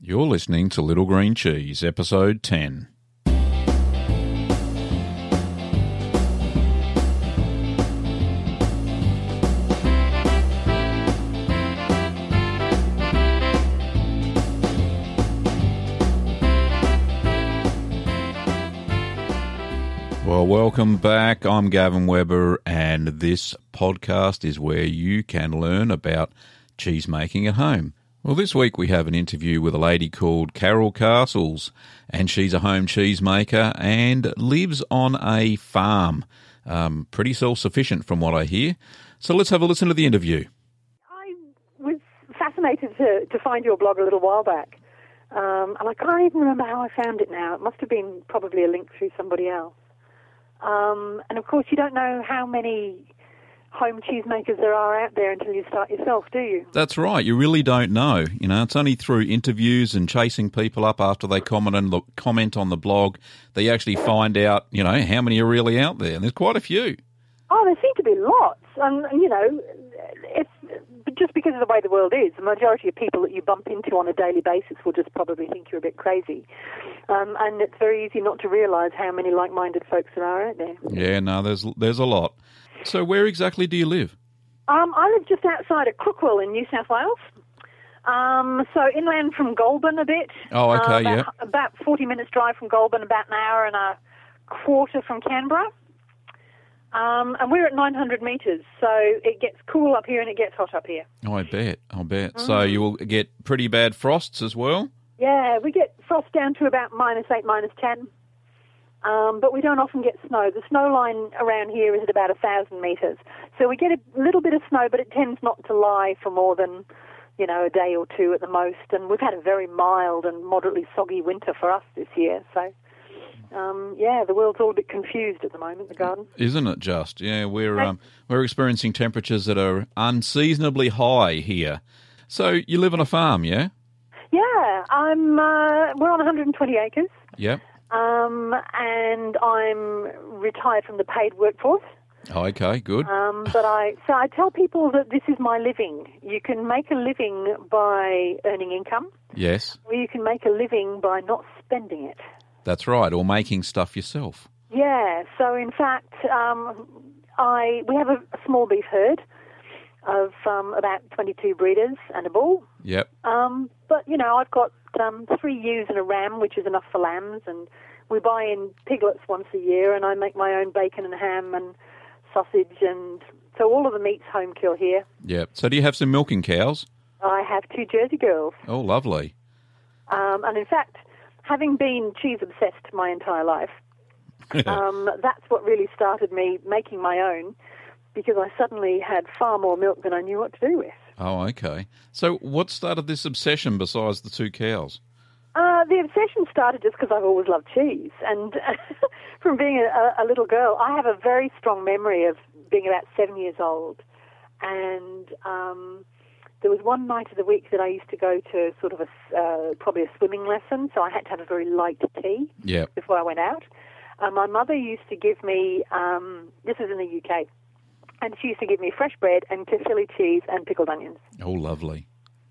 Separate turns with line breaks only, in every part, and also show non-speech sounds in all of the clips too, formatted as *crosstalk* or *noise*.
You're listening to Little Green Cheese, episode 10. Well, welcome back. I'm Gavin Webber, and this podcast is where you can learn about cheese making at home. Well, this week we have an interview with a lady called Carol Castles, and she's a home cheesemaker and lives on a farm. Um, pretty self sufficient from what I hear. So let's have a listen to the interview.
I was fascinated to, to find your blog a little while back. Um, and I can't even remember how I found it now. It must have been probably a link through somebody else. Um, and of course, you don't know how many home cheesemakers there are out there until you start yourself, do you?
That's right. You really don't know. You know, it's only through interviews and chasing people up after they comment on the comment on the blog that you actually find out. You know how many are really out there, and there's quite a few.
Oh, there seem to be lots. And, you know, it's just because of the way the world is, the majority of people that you bump into on a daily basis will just probably think you're a bit crazy. Um, and it's very easy not to realise how many like minded folks there are out there.
Yeah, no, there's there's a lot. So where exactly do you live?
Um, I live just outside of Crookwell in New South Wales. Um, so inland from Goulburn a bit.
Oh, okay,
Uh, about,
yeah.
About 40 minutes drive from Goulburn, about an hour and a quarter from Canberra. Um, and we're at 900 metres, so it gets cool up here and it gets hot up here.
Oh, I bet, I bet. So
Mm-hmm.
you will get pretty bad frosts as well.
Yeah, we get frost down to about minus 8, minus 10. Um, but we don't often get snow. The snow line around here is at about 1,000 metres. So we get a little bit of snow, but it tends not to lie for more than, you know, a day or two at the most. And we've had a very mild and moderately soggy winter for us this year. So, um, yeah, the world's all a bit confused at the moment, the garden.
Isn't it just? Yeah, we're um, we're experiencing temperatures that are unseasonably high here. So you live on a farm, yeah?
Yeah, I'm, uh, we're on 120 acres.
Yep.
Um, and I'm retired from the paid workforce.
Oh, okay, good.
Um, but I so I tell people that this is my living. You can make a living by earning income,
Yes,
or you can make a living by not spending it.
that's right. Or making stuff yourself.
Yeah. So in fact, um, I we have a, a small beef herd of um, about 22 breeders and a bull.
Yep.
Um, but you know, I've got um, three ewes and a ram, which is enough for lambs, and we buy in piglets once a year, and I make my own bacon and ham and sausage, and so all of the meat's home kill here.
Yep. So do you have some milking cows?
I have two Jersey girls,
Oh, lovely. *laughs*
um, and in fact, having been cheese obsessed my entire life, um, that's what really started me making my own, because I suddenly had far more milk than I knew what to do with.
Oh, okay. So, what started this obsession besides the two cows?
Uh, the obsession started just because I've always loved cheese, and *laughs* from being a, a little girl, I have a very strong memory of being about seven years old, and um, there was one night of the week that I used to go to sort of a s- uh, probably a swimming lesson, so I had to have a very light tea
Yep.
before I went out. Uh, my mother used to give me um, this is in the UK, and she used to give me fresh bread and Casilli cheese and pickled onions
Oh, lovely.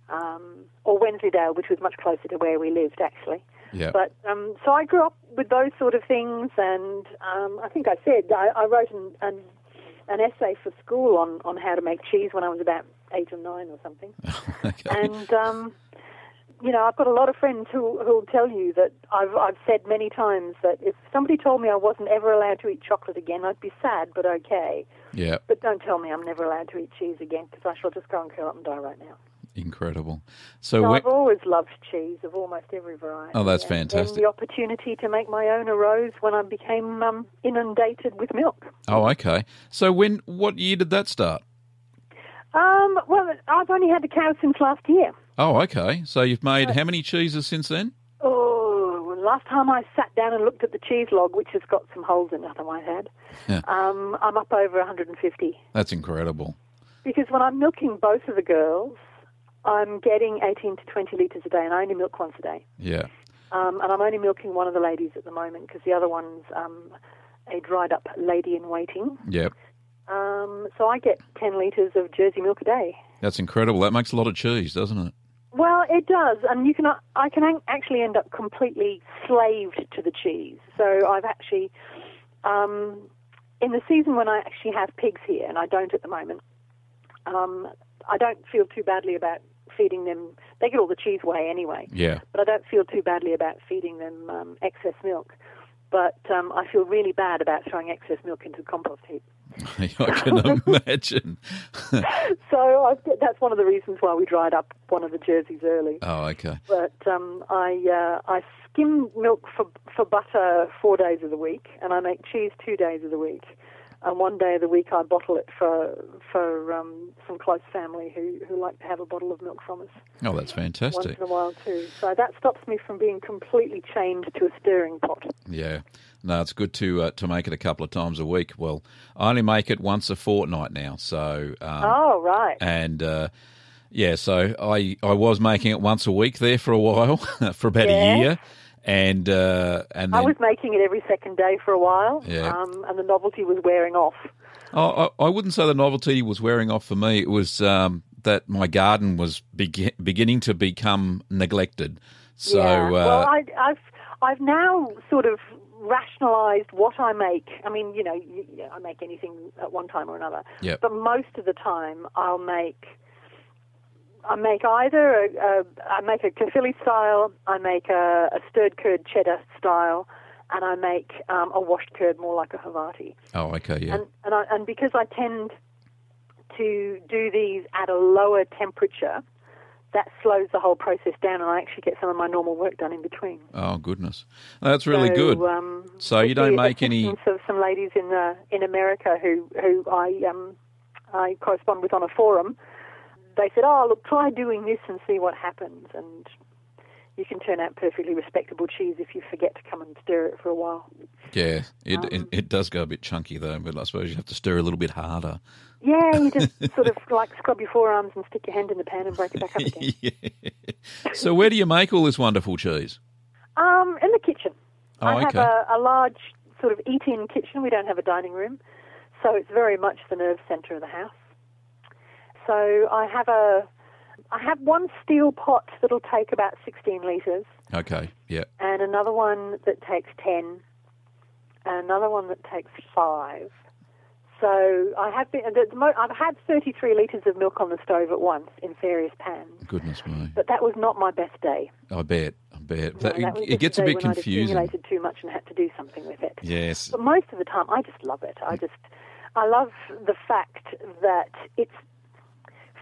um, or Wensleydale, which was much closer to where we lived actually.
Yep.
But um, so I grew up with those sort of things, and um, I think I said I, I wrote an, an an essay for school on on how to make cheese when I was about eight or nine or something.
*laughs* okay.
And um, you know, I've got a lot of friends who who'll tell you that I've I've said many times that if somebody told me I wasn't ever allowed to eat chocolate again, I'd be sad, but okay.
Yep.
But don't tell me I'm never allowed to eat cheese again, because I shall just go and curl up and die right now.
Incredible. So,
No,
when,
I've always loved cheese of almost every variety.
Oh, that's
And then
fantastic.
the opportunity to make my own arose when I became um, inundated with milk.
oh, okay. So, when what year did that start?
Um, well, I've only had the cow since last year.
Oh, okay. So you've
Uh.
made how many cheeses since then?
Oh, well, last time I sat down and looked at the cheese log, which has got some holes in it, I might add,
Yeah.
um, I'm up over 150.
That's incredible.
Because when I'm milking both of the girls, I'm getting 18 to 20 litres a day, and I only milk once a day.
Yeah.
Um, and I'm only milking one of the ladies at the moment because the other one's um, a dried up lady in waiting.
Yep.
Um, so I get 10 litres of Jersey milk a day.
That's incredible. That makes a lot of cheese, doesn't it?
Well, it does, and you can. I can actually end up completely slaved to the cheese. So I've actually, um, in the season when I actually have pigs here, and I don't at the moment, um, I don't feel too badly about feeding them. They get all the cheese away anyway,
Yeah. *laughs*
but I don't feel too badly about feeding them um, excess milk. But um, I feel really bad about throwing excess milk into the compost heap.
I can imagine.
*laughs*
*laughs*
So I've, that's one of the reasons why we dried up one of the jerseys early.
Oh, okay.
but um, I uh, I skim milk for for butter four days of the week, and I make cheese two days of the week, and one day of the week I bottle it for for um, some close family who who like to have a bottle of milk from us
Oh, that's
once
fantastic.
in a while too. So that stops me from being completely chained to a stirring pot.
Yeah. No, it's good to uh, to make it a couple of times a week. Well, I only make it once a fortnight now. So, um,
oh right,
and uh, yeah, so I I was making it once a week there for a while, *laughs* for about a
Yes.
year, and uh, and
I
then
was making it every second day for a while,
Yeah.
um, and the novelty was wearing off.
I, I I wouldn't say the novelty was wearing off for me. It was um, that my garden was begi- beginning to become neglected. So
yeah. well,
uh,
I, I've I've now sort of rationalised what I make. I mean, you know, y- y- I make anything at one time or another.
Yep.
But most of the time, I'll make. I make either a, a I make a kefili style, I make a, a stirred curd cheddar style, and I make um, a washed curd more like a Havarti
oh, okay, yeah,
and and, I, and because I tend to do these at a lower temperature, that slows the whole process down, and I actually get some of my normal work done in between.
oh goodness, that's really
So,
good.
Um,
So you
with
don't
the
make any-
assistance Of some ladies in uh, in America who who I um, I correspond with on a forum, they said, "Oh, look, try doing this and see what happens." and you can turn out perfectly respectable cheese if you forget to come and stir it for a while.
yeah, it,
Um,
it it does go a bit chunky though, but I suppose you have to stir a little bit harder. *laughs*
Yeah, you just sort of like scrub your forearms and stick your hand in the pan and break it back up
*laughs*
again.
Yeah. so where do you make all this wonderful cheese?
Um, in the kitchen.
Oh,
I have
okay.
a, a large sort of eat-in kitchen. We don't have a dining room, so it's very much the nerve center of the house. So I have a, I have one steel pot that'll take about 16 liters,
Okay, yeah,
and another one that takes 10, and another one that takes five. So I have been, the- the mo- I've had 33 liters of milk on the stove at once in various pans,
goodness me,
but that was not my best day.
I bet, I bet
No,
That-
that
it,
was
it
just
gets
the
a
day
bit
when I'd
confusing.
accumulated too much and had to do something with it.
Yes,
But most of the time, I just love it. I just, I love the fact that it's,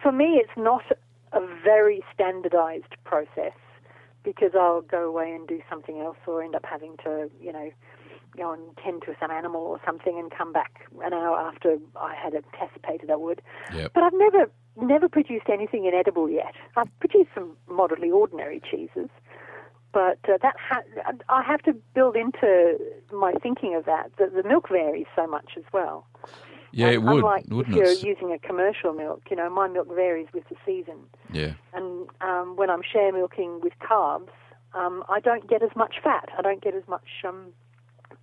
for me, it's not a very standardized process because I'll go away and do something else or end up having to, you know, go and tend to some animal or something and come back an hour after I had anticipated I would. *laughs*
Yep.
But I've never, never produced anything inedible yet. I've produced some moderately ordinary cheeses but uh, that ha- I have to build into my thinking of that that the milk varies so much as well.
yeah, it
And
would,
Unlike
wouldn't
if
it?
you're using a commercial milk, you know, my milk varies with the season.
yeah.
And um, when I'm share milking with carbs, um, I don't get as much fat. I don't get as much um,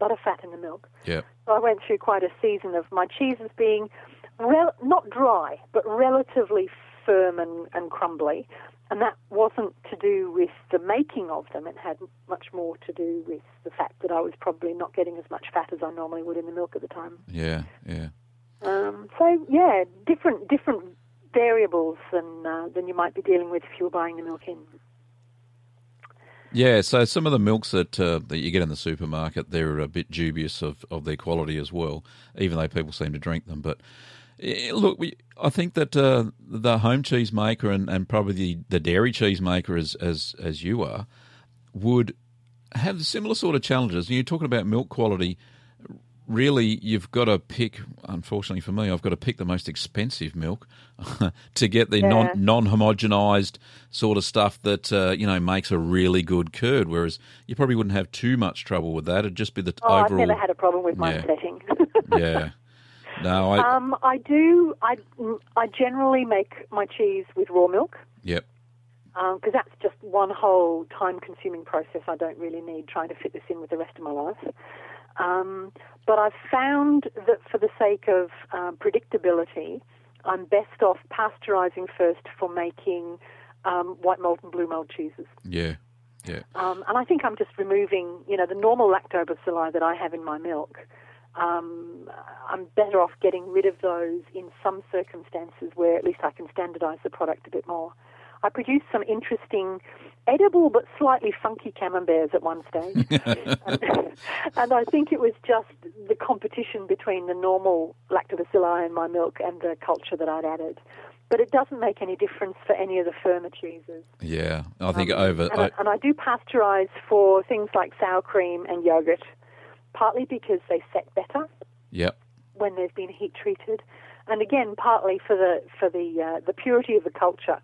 butterfat in the milk.
Yeah.
So I went through quite a season of my cheeses being rel- not dry, but relatively firm and, and crumbly. And that wasn't to do with the making of them. It had much more to do with the fact that I was probably not getting as much fat as I normally would in the milk at the time.
Yeah. Yeah.
Um, so yeah, different different variables than uh, than you might be dealing with if you were buying the milk in.
Yeah. So some of the milks that uh, that you get in the supermarket, they're a bit dubious of, of their quality as well, even though people seem to drink them. But eh, look, we, I think that uh, the home cheese maker and, and probably the, the dairy cheese maker, as, as as you are, would have similar sort of challenges. And you're talking about milk quality. Really, you've got to pick. Unfortunately for me, I've got to pick the most expensive milk *laughs* to get the
Yeah.
non non homogenized sort of stuff that uh, you know makes a really good curd. Whereas you probably wouldn't have too much trouble with that. It'd just be the
Oh, I've
overall.
never had a problem with my
yeah. *laughs*
setting.
yeah. No, I.
*laughs* um, I do. I I generally make my cheese with raw milk.
yep.
because Um, that's just one whole time consuming process I don't really need trying to fit this in with the rest of my life. Um, but I've found that for the sake of um, predictability, I'm best off pasteurizing first for making um, white mold and blue mold cheeses.
Yeah. Yeah.
Um, and I think I'm just removing, you know, the normal lactobacilli that I have in my milk. Um, I'm better off getting rid of those in some circumstances where at least I can standardize the product a bit more. I produced some interesting, edible but slightly funky camemberts at one stage. *laughs* and, and I think it was just the competition between the normal lactobacilli in my milk and the culture that I'd added. But it doesn't make any difference for any of the firmer cheeses.
Yeah. I think
Um,
over.
And I, and I do pasteurize for things like sour cream and yogurt, partly because they set better
yep.
when they've been heat treated, and again partly for the for the uh, the purity of the culture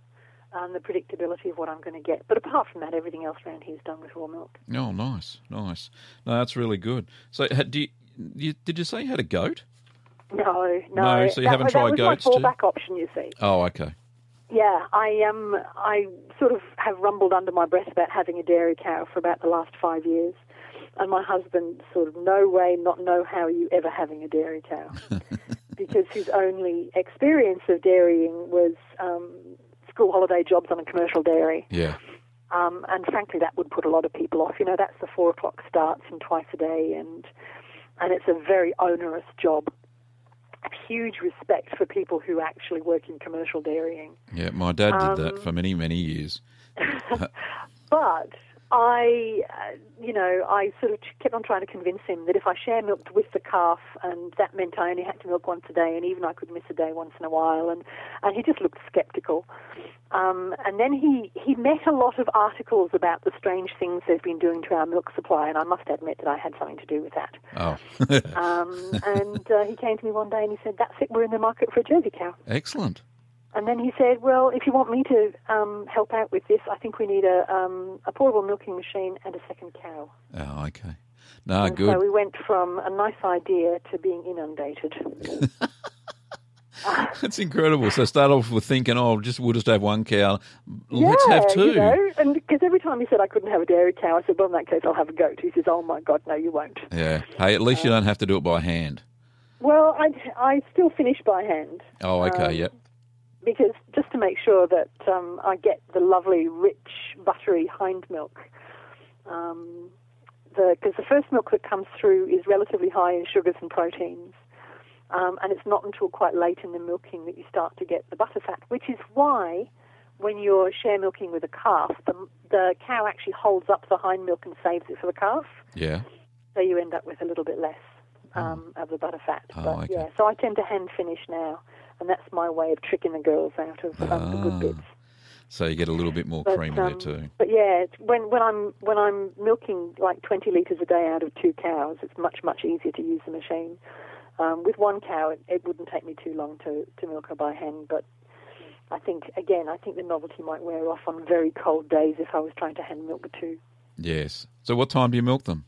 and the predictability of what I'm going to get. But apart from that, everything else around here is done with raw milk.
Oh, nice, nice. No, that's really good. So, ha- do you, you, did you say you had a goat?
No, no,
No, so you
that,
haven't
that
tried
was
goat's,
My
did you?
fallback option, you see.
Oh, okay.
Yeah, I um I sort of have rumbled under my breath about having a dairy cow for about the last five years, and my husband sort of no way, not know how you ever having a dairy cow, because his only experience of dairying was um, school holiday jobs on a commercial dairy,
Yeah,
um, and frankly that would put a lot of people off. You know, that's the four o'clock starts and twice a day, and and it's a very onerous job. Huge respect for people who actually work in commercial dairying.
yeah. My dad did
Um,
that for many, many years.
*laughs* But I, uh, you know, I sort of kept on trying to convince him that if I share milked with the calf, and that meant I only had to milk once a day, and even I could miss a day once in a while, and and he just looked sceptical. Um, and then he he met a lot of articles about the strange things they've been doing to our milk supply, and I must admit that I had something to do with that.
Oh,
Um, and uh, he came to me one day and he said, "That's it, we're in the market for a Jersey cow."
*laughs* excellent.
And then he said, "Well, if you want me to um, help out with this, I think we need a um, a portable milking machine and a second cow."
Oh, okay. No,
and so
good.
we went from a nice idea to being inundated.
*laughs* That's incredible. So start off with thinking, oh, just we'll just have one cow. Let's
yeah,
have two.
You know? And because every time he said I couldn't have a dairy cow, I said, "Well, in that case, I'll have a goat." He says, "Oh my God, no, you won't."
Yeah. Hey, at least you
Um,
don't have to do it by hand.
Well, I I still finish by hand
Oh, okay.
um,
yep.
because just to make sure that um, I get the lovely, rich, buttery hind milk. Um, the because the first milk that comes through is relatively high in sugars and proteins, um, and it's not until quite late in the milking that you start to get the butterfat, which is why when you're share milking with a calf, the, the cow actually holds up the hind milk and saves it for the calf,
Yeah.
so you end up with a little bit less um, of the butterfat.
Hmm. Oh,
but
okay.
yeah, so I tend to hand finish now, and that's my way of tricking the girls out of um, the
Ah.
good bits.
So you get a little bit more
But,
cream there
um,
too.
But yeah, it's- when when I'm when I'm milking like 20 liters a day out of two cows, it's much much easier to use the machine. Um, with one cow, it, it wouldn't take me too long to to milk her by hand, but I think again, I think the novelty might wear off on very cold days if I was trying to hand milk the two.
Yes. So what time do you milk them?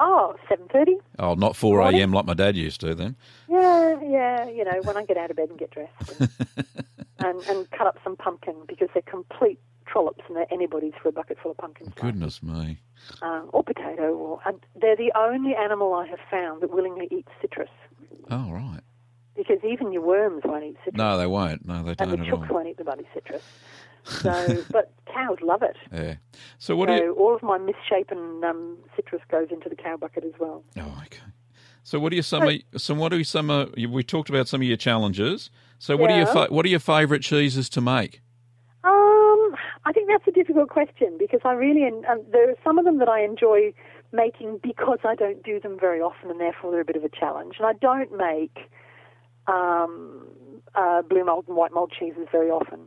Oh, 7:30.
Oh, not 4
Morning.
a.m. like my dad used to then.
Yeah, yeah, you know, when I get out of bed and get dressed and,
*laughs*
and, and cut up some pumpkin because they're complete trollops and they're anybody's for a bucket full of pumpkin spice.
Goodness me.
um, or potato, or and they're the only animal I have found that willingly eats citrus.
Oh, right.
Because even your worms won't eat citrus,
No, they won't. No, they
and the
don't at
chooks
all.
won't eat the bloody citrus. So, *laughs* but cows love it.
Yeah. So what
so
do you?
all of my misshapen um, citrus goes into the cow bucket as well.
Oh, okay. So what are your some? of- So what are some? of- We talked about some of your challenges. So what are your
Yeah.
fa- what are your favourite cheeses to make?
Um, I think that's a difficult question because I really and um, there are some of them that I enjoy making because I don't do them very often and therefore they're a bit of a challenge. And I don't make um, uh, blue mold and white mold cheeses very often,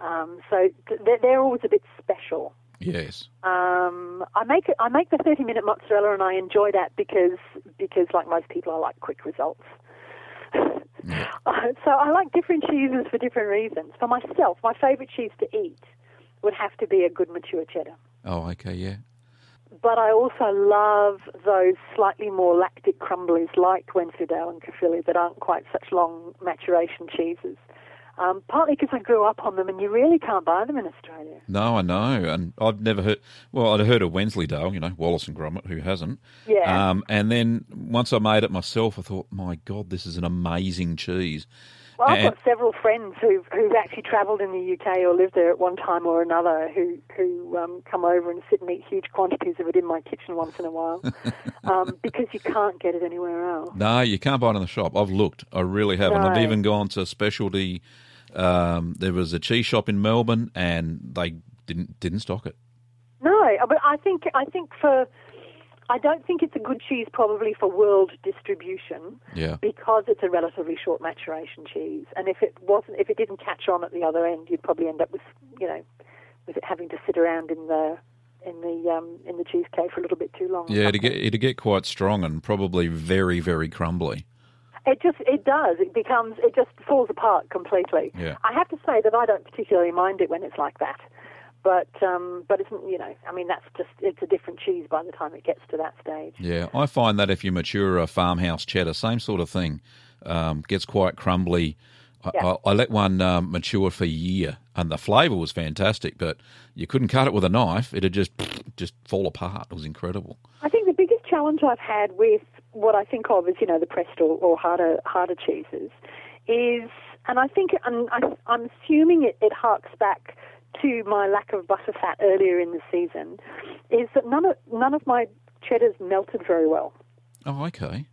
um, so th- they're, they're always a bit special.
Yes.
Um, I make it, I make the thirty minute mozzarella and I enjoy that because because like most people I like quick results. *laughs* Uh, so I like different cheeses for different reasons. For myself, my favourite cheese to eat would have to be a good mature cheddar.
Oh, okay. Yeah.
But I also love those slightly more lactic crumblies like Wensleydale and Caerphilly that aren't quite such long maturation cheeses. Um, partly because I grew up on them and you really can't buy them in Australia.
No, I know, and I've never heard. Well, I'd heard of Wensleydale, you know, Wallace and Gromit. Who hasn't?
Yeah.
Um, and then once I made it myself, I thought, my God, this is an amazing cheese.
Well, I've
And-
got several friends who've, who've actually travelled in the UK or lived there at one time or another who, who um, come over and sit and eat huge quantities of it in my kitchen once in
*laughs*
a while um, because you can't get it anywhere else.
No, you can't buy it in the shop. I've looked. I really haven't. I've
No.
even gone to specialty. Um, there was a cheese shop in Melbourne, and they didn't didn't stock it.
No, uh, but I think, I think for, I don't think it's a good cheese probably for world distribution.
Yeah,
because it's a relatively short maturation cheese, and if it wasn't, if it didn't catch on at the other end, you'd probably end up with, you know, with it having to sit around in the in the um, in the cheesecake for a little bit too long. or
yeah. It'd
something.
get it'd get quite strong and probably very very crumbly.
It just it does. It becomes it just falls apart completely.
Yeah.
I have to say that I don't particularly mind it when it's like that. But um, but it's you know I mean that's just it's a different cheese by the time it gets to that stage.
Yeah, I find that if you mature a farmhouse cheddar, same sort of thing, um, gets quite crumbly. I,
Yeah.
I, I let one um, mature for a year, and the flavour was fantastic, but you couldn't cut it with a knife; it'd just just fall apart. It was incredible.
I think the biggest challenge I've had with what I think of as you know the pressed or, or harder harder cheeses is, and I think and I, I'm assuming it, it harks back to my lack of butter fat earlier in the season, is that none of none of my cheddars melted very well,
Oh, okay.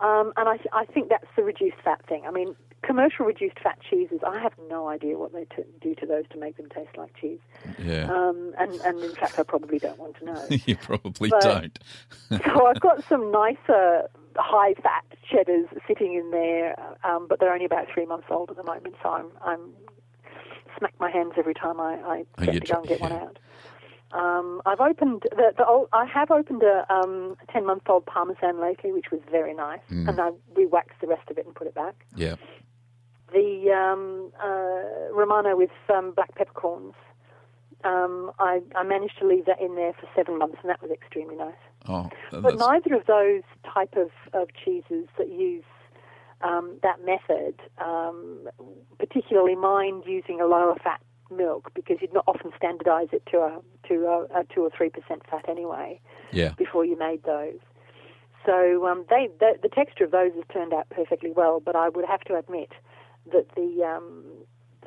um, and I I think that's the reduced fat thing. I mean. Commercial reduced fat cheeses, I have no idea what they t- do to those to make them taste like cheese.
Yeah,
Um, and, and in fact, I probably don't want to know.
*laughs* you probably
but-
don't. *laughs*
So I've got some nicer high fat cheddars sitting in there, um, but they're only about three months old at the moment, so I'm, I'm smack my hands every time I,
Oh,
I get
you
to go and
tr-
get one
yeah.
out. Um, I've opened the, the old, I have opened a um, ten month old Parmesan lately, which was very nice, and I we waxed the rest of it and put it back.
Yeah.
The um, uh, Romano with um, black peppercorns. Um, I, I managed to leave that in there for seven months, and that was extremely nice.
Oh,
But
that's-
neither of those type of, of cheeses that use um, that method, um, particularly mind using a lower fat milk, because you'd not often standardise it to a to a, a two or three percent fat anyway
yeah.
before you made those. So um, they the, the texture of those has turned out perfectly well, but I would have to admit that the um,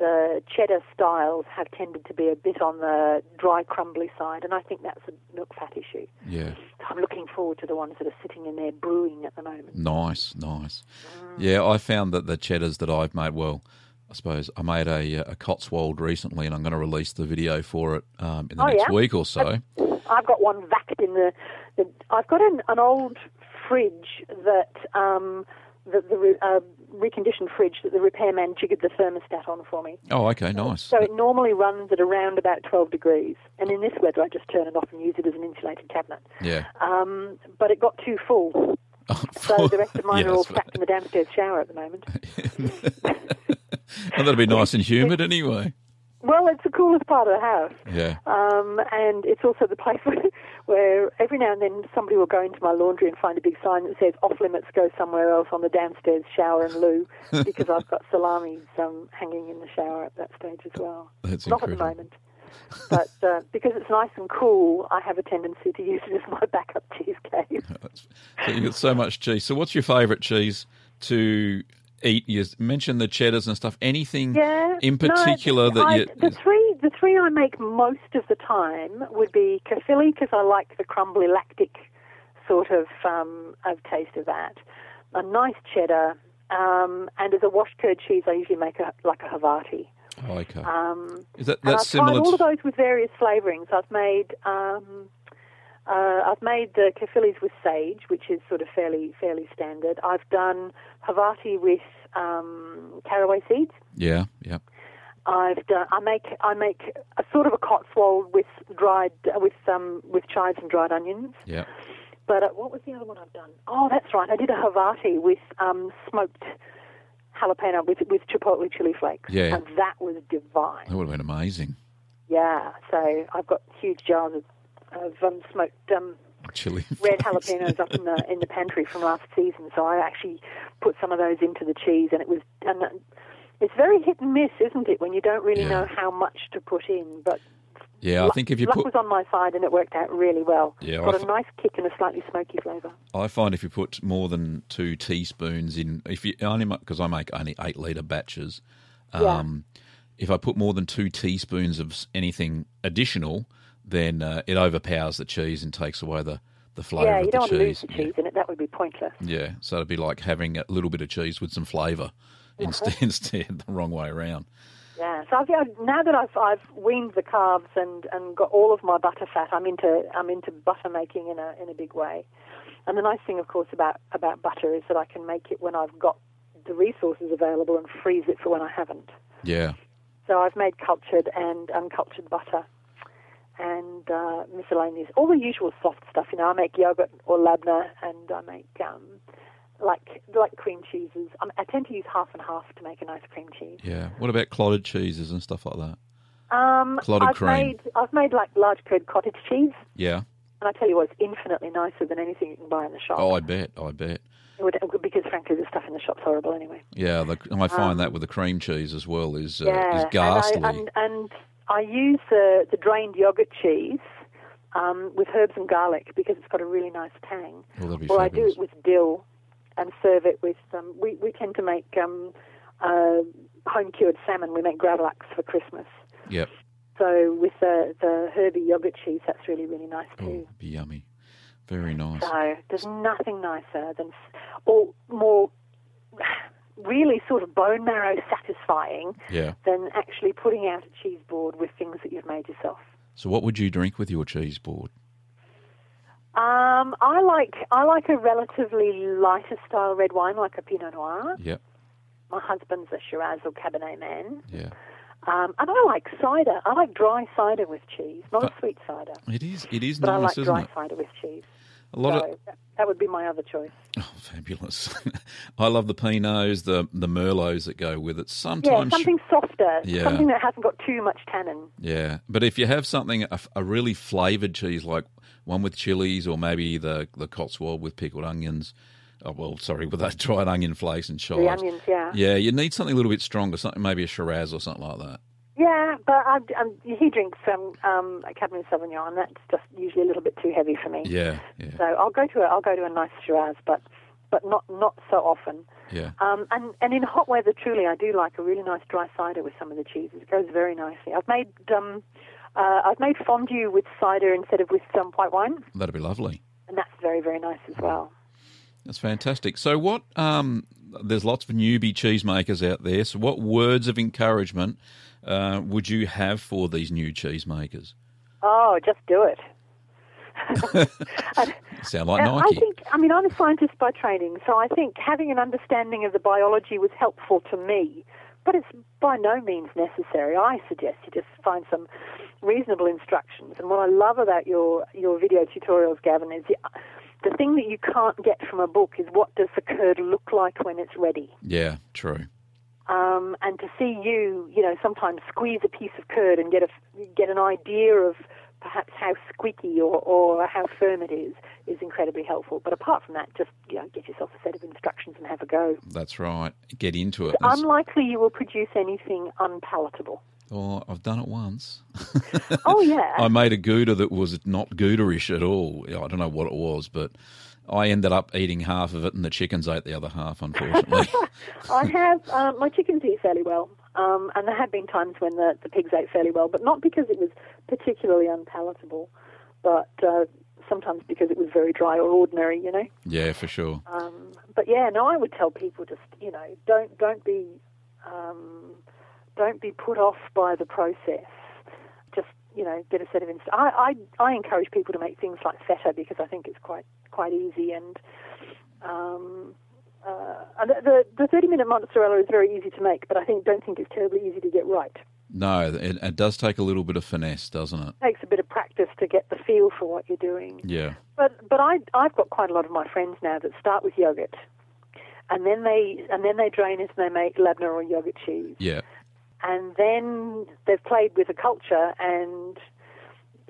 the cheddar styles have tended to be a bit on the dry, crumbly side, and I think that's a milk fat issue.
Yeah.
I'm looking forward to the ones that are sitting in there brewing at the moment.
Nice, nice. Yeah, I found that the cheddars that I've made, well, I suppose I made a, uh, a Cotswold recently and I'm going to release the video for it um, in the
Oh,
next
yeah?
week or so.
I've got one vacked in the. the I've got an, an old fridge that um, the, the re, uh, reconditioned fridge that the repairman jiggered the thermostat on for me.
Oh, okay, nice.
So it normally runs at around about 12 degrees, and in this weather I just turn it off and use it as an insulated cabinet.
yeah.
Um, but it got too full, *laughs* so the rest of
*laughs*
mine
Yeah,
are all
that's-
stacked in the downstairs shower at the moment.
*laughs* and that'll be nice
*laughs*
and humid anyway.
Well, it's the coolest part of the house.
Yeah.
Um, and it's also the place *laughs* where, where every now and then somebody will go into my laundry and find a big sign that says off limits go somewhere else on the downstairs shower
*laughs*
and loo because I've got salamis um, hanging in the shower at that stage as well.
That's
Not
incredible.
at the moment. But uh, because it's nice and cool, I have a tendency to use it as my backup cheesecake.
That's- So you've got so much cheese. So what's your favourite cheese to eat? You mentioned the cheddars and stuff. Anything
Yeah.
in
No,
particular that
I-
you...
the three the three I make most of the time would be kefili because I like the crumbly lactic sort of um, of taste of that. A nice cheddar, um, and as a washed curd cheese, I usually make a, like a Havarti.
Oh, okay.
Um,
Is that,
and
that's
I've
similar
tried all
to...
of those with various flavourings. I've made um, uh, I've made the kefilis with sage, which is sort of fairly fairly standard. I've done Havarti with um, caraway seeds.
Yeah, yeah.
I've done. I make I make a sort of a Cotswold with dried with um with chives and dried onions.
Yeah.
But uh, what was the other one I've done? Oh, that's right. I did a Havati with um smoked jalapeno with with chipotle chili flakes.
Yeah.
and that was divine.
That would have been amazing.
Yeah. So I've got huge jars of, of um, smoked um *laughs*
Chili.
red jalapenos up in the in the pantry from last season. So I actually put some of those into the cheese, and it was and uh, that- it's very hit and miss, isn't it? When you don't really
Yeah.
know how much to put in, but
Yeah, I
Luck-
think if you
luck
put,
was on my side and it worked out really well.
Yeah, I
got
th-
a nice kick and a slightly smoky flavour.
I find if you put more than two teaspoons in, if you I only because I make only eight liter batches,
Yeah.
um, if I put more than two teaspoons of s- anything additional, then uh, it overpowers the cheese and takes away the the flavour
yeah,
of the
you don't want to lose
cheese.
the
Yeah.
cheese in it. That would be pointless.
Yeah, so it'd be like having a little bit of cheese with some flavour
*laughs*
instead, *laughs* instead the wrong way around.
Yeah. So I've, I've- now that I've, I've weaned the calves and, and got all of my butter fat, I'm into I'm into butter making in a in a big way. And the nice thing, of course, about about butter is that I can make it when I've got the resources available and freeze it for when I haven't.
Yeah,
So I've made cultured and uncultured butter and uh, miscellaneous, all the usual soft stuff. You know, I make yogurt or labneh, and I make um, like like cream cheeses. i I tend to use half and half to make an ice cream cheese.
yeah. What about clotted cheeses and stuff like that?
Um,
Clotted
I've
cream.
made I've made like large curd cottage cheese,
Yeah.
and I tell you what, it's infinitely nicer than anything you can buy in the shop.
Oh, I bet. I bet.
It would- because frankly, the stuff in the shop's horrible anyway.
Yeah, the, I find that with the cream cheese as well is uh, is
Um, and I- um,
ghastly.
And, and, I use the, the drained yogurt cheese um, with herbs and garlic because it's got a really nice tang.
Well, Oh, that'd be
or I do
fabulous.
it with dill and serve it with. Um, we, we tend to make um, uh, home cured salmon. We make gravlax for Christmas.
Yep.
So with the, the herby yogurt cheese, that's really, really nice
Oh,
too.
be yummy. Very nice.
So there's nothing nicer than, or more *sighs* really sort of bone marrow satisfying
Yeah.
than actually putting out a cheese board with things that you've made yourself.
So, what would you drink with your cheese board?
Um, I like I like a relatively lighter style red wine, like a Pinot Noir.
Yep.
My husband's a Shiraz or Cabernet man,
Yeah.
um, and I like cider. I like dry cider with cheese, not
But-
a sweet cider,
It is. It is
but I
nice,
like
isn't
dry
it?
cider with cheese.
A lot of
so that- that would be my other choice.
oh, fabulous. *laughs* I love the pinots, the the merlots that go with it.
Yeah,
Sometimes,
something softer,
Yeah.
something that hasn't got too much tannin.
yeah. But if you have something a, a really flavored cheese, like one with chilies, or maybe the the Cotswold with pickled onions. Oh, well, sorry, with those *laughs* dried onion flakes and chives.
The onions, yeah.
Oh, Yeah, you need something a little bit stronger, something maybe a Shiraz or something like that.
Yeah, but I, um, he drinks um, um, a Cabernet Sauvignon, and that's just usually a little bit too heavy for me.
Yeah, yeah,
So I'll go to a, I'll go to a nice Shiraz, but but not not so often.
yeah.
Um, and and in hot weather, truly, I do like a really nice dry cider with some of the cheeses. It goes very nicely. I've made um, uh, I've made fondue with cider instead of with some white wine,
That'd be lovely.
and that's very very nice as well.
That's fantastic. So, what? Um, there's lots of newbie cheesemakers out there. So, what words of encouragement uh, would you have for these new cheesemakers?
Oh, just do it.
Sound like
*laughs* And Uh, I
Nike?
think, I mean, I'm a scientist by training, so I think having an understanding of the biology was helpful to me, but it's by no means necessary. I suggest you just find some reasonable instructions. And what I love about your, your video tutorials, Gavin, is the, the thing that you can't get from a book is what does the curd look like when it's ready?
yeah, true.
um, and to see you, you know, sometimes squeeze a piece of curd and get a get an idea of perhaps how squeaky or, or how firm it is is incredibly helpful. But apart from that, just you know, get yourself a set of instructions and have a go.
That's right. Get into it.
It's
That's-
unlikely you will produce anything unpalatable.
oh, I've done it once.
Oh yeah,
*laughs* I made a gouda that was not gouderish at all. I don't know what it was, but I ended up eating half of it, and the chickens ate the other half.
*laughs*
Unfortunately,
I have um, my chickens eat fairly well, um, and there have been times when the, the pigs ate fairly well, but not because it was particularly unpalatable, but uh, sometimes because it was very dry or ordinary, you know.
yeah, for sure.
Um, but yeah, no, I would tell people just you know don't don't be um, don't be put off by the process. Just you know get a set of inst- I, I I encourage people to make things like feta because I think it's quite quite easy and. Um, uh, and the the thirty minute mozzarella is very easy to make, but I think don't think it's terribly easy to get right.
No, it, it does take a little bit of finesse, doesn't it?
It takes a bit of practice to get the feel for what you're doing.
Yeah.
But but I I've got quite a lot of my friends now that start with yogurt, and then they and then they drain it and they make labneh or yogurt cheese,
Yeah. *laughs*
and then they've played with the culture and.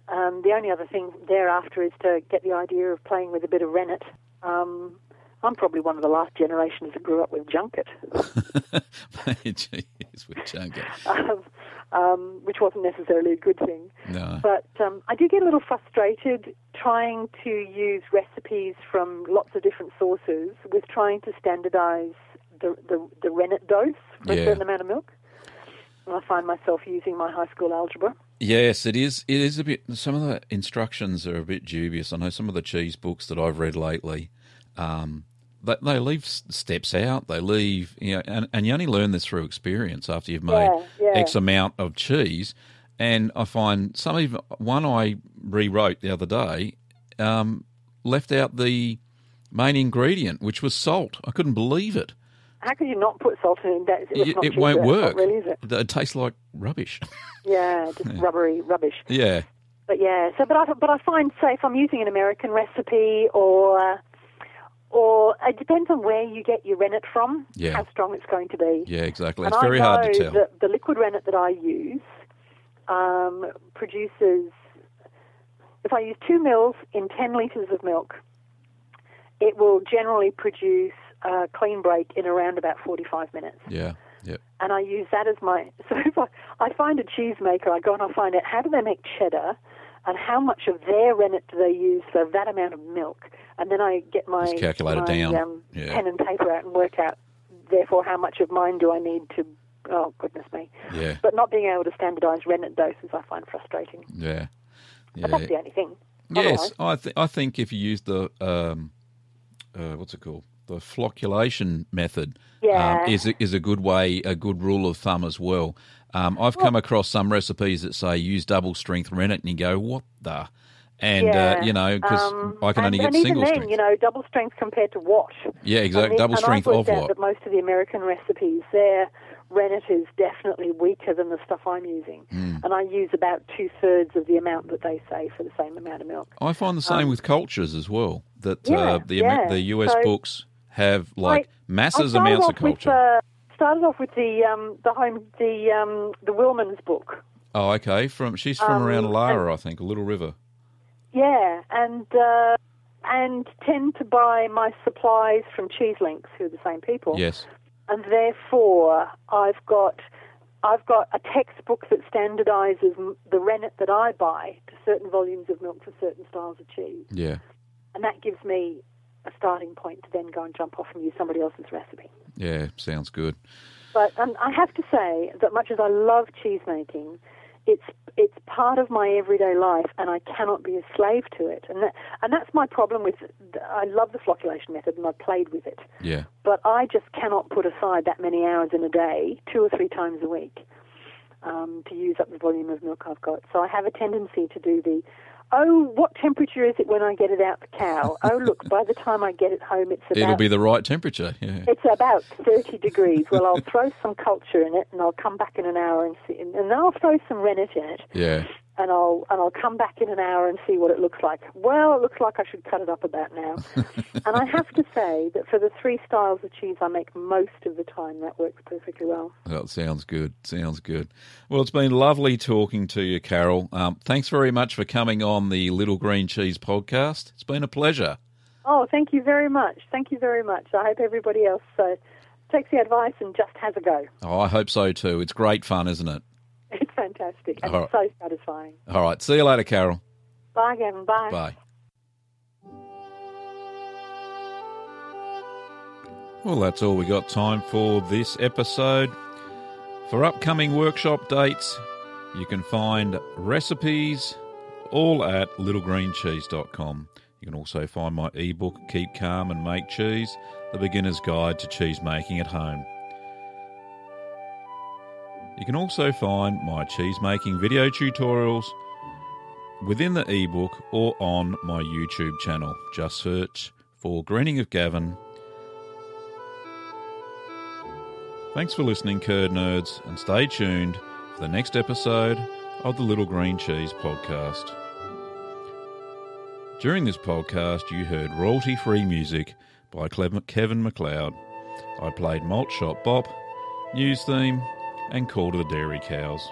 Um, the only other thing thereafter is to get the idea of playing with a bit of rennet. Um, I'm probably one of the last generations that grew up with junket.
Jeez, with junket.
Um, *laughs* um, which wasn't necessarily a good thing.
No.
But um, I do get a little frustrated trying to use recipes from lots of different sources with trying to standardize the, the, the rennet dose for
Yeah.
a certain amount of milk. And I find myself using my high school algebra.
Yes, it is. It is a bit. Some of the instructions are a bit dubious. I know some of the cheese books that I've read lately. Um, they, they leave s- steps out. They leave, you know, and, and you only learn this through experience after you've made
Yeah, yeah.
X amount of cheese. And I find some even one I rewrote the other day um, left out the main ingredient, which was salt. I couldn't believe it.
How could you not put salt in that? It's
it
not
it
cheap,
won't
it's not
work.
really, is it?
It tastes like rubbish. *laughs*
Yeah, just rubbery rubbish.
yeah.
But yeah, so but I but I find say if I'm using an American recipe or or it depends on where you get your rennet from,
Yeah.
how strong it's going to be.
Yeah, exactly.
and
It's very
I know
hard to tell.
That the liquid rennet that I use um, produces if I use two mils in ten liters of milk, it will generally produce a clean break in around about forty five minutes
Yeah, yeah.
and I use that as my. *laughs* So if I, I find a cheesemaker, I go and I find out how do they make cheddar, and how much of their rennet do they use for that amount of milk, and then I get my,
Just calculate it
my,
down.
Um,
Yeah.
pen and paper out and work out. Therefore, how much of mine do I need to? Oh goodness me!
Yeah.
But not being able to standardise rennet doses, I find frustrating.
Yeah.
But
Yeah.
that's the only thing.
Yes,
Otherwise-
I th- I think if you use the um, uh, what's it called, the flocculation method,
Yeah.
um, is a, is a good way, a good rule of thumb as well. Um, I've come across some recipes that say use double strength rennet, and you go, what the? And uh,
Yeah.
you know, because
Um,
I can
and,
only get
and
single
even then,
strength.
you know, double strength compared to what?
yeah, exactly.
And the-
Double
and
strength
I've
of
worked out
what?
that most of the American recipes, their rennet is definitely weaker than the stuff I'm using,
Hmm.
and I use about two thirds of the amount that they say for the same amount of milk.
I find the same with cultures as well. That uh,
um, yeah,
the Amer-
yeah.
the US
So-
books have like masses
I started
amounts
off
of culture.
With, uh, started off with the um, the home the um, the Wilmans book.
oh, okay. From she's
um,
from around Lara, I think, a little river.
Yeah, and uh, and tend to buy my supplies from Cheese Links, who are the same people.
Yes.
and therefore I've got I've got a textbook that standardizes m- the rennet that I buy to certain volumes of milk for certain styles of cheese,
Yeah.
and that gives me a starting point to then go and jump off and use somebody else's recipe.
Yeah, sounds good.
But um, I have to say that much as I love cheese making, it's it's part of my everyday life, and I cannot be a slave to it. And that, and that's my problem with. I love the flocculation method, and I've played with it
Yeah.
but I just cannot put aside that many hours in a day, two or three times a week, um, to use up the volume of milk I've got. So I have a tendency to do the, oh, what temperature is it when I get it out the
*laughs*
cow? oh, look, by the time I get it home, it's
It'll
about
be the right temperature. *laughs* Yeah.
it's about 30 degrees. Well, I'll throw some culture in it, and I'll come back in an hour and see, and then I'll throw some rennet in it,
Yeah.
and I'll and I'll come back in an hour and see what it looks like. Well, it looks like I should cut it up about now. and I have to say that for the three styles of cheese I make most of the time, that works perfectly well.
That sounds good. Sounds good. Well, it's been lovely talking to you, Carol. Um, thanks very much for coming on the Little Green Cheese podcast. It's been a pleasure.
Oh, thank you very much. Thank you very much. I hope everybody else uh, takes the advice and just has a go. *laughs*
Oh, I hope so too. It's great fun, isn't it?
It's fantastic and
All
it's so satisfying.
All right. See you later, Carol.
Bye, Gavin.
Bye. Well, that's all we got time for this episode. For upcoming workshop dates, you can find recipes all at littlegreencheese.com. You can also find my ebook, Keep Calm and Make Cheese The Beginner's Guide to Cheese Making at Home. You can also find my cheese making video tutorials within the ebook or on my YouTube channel. Just search for Greening of Gavin. Thanks for listening, Curd Nerds, and stay tuned for the next episode of the Little Green Cheese podcast. During this podcast, you heard royalty free music by Clev- Kevin McLeod. I played Malt Shop Bop, News Theme, and Call to the Dairy Cows.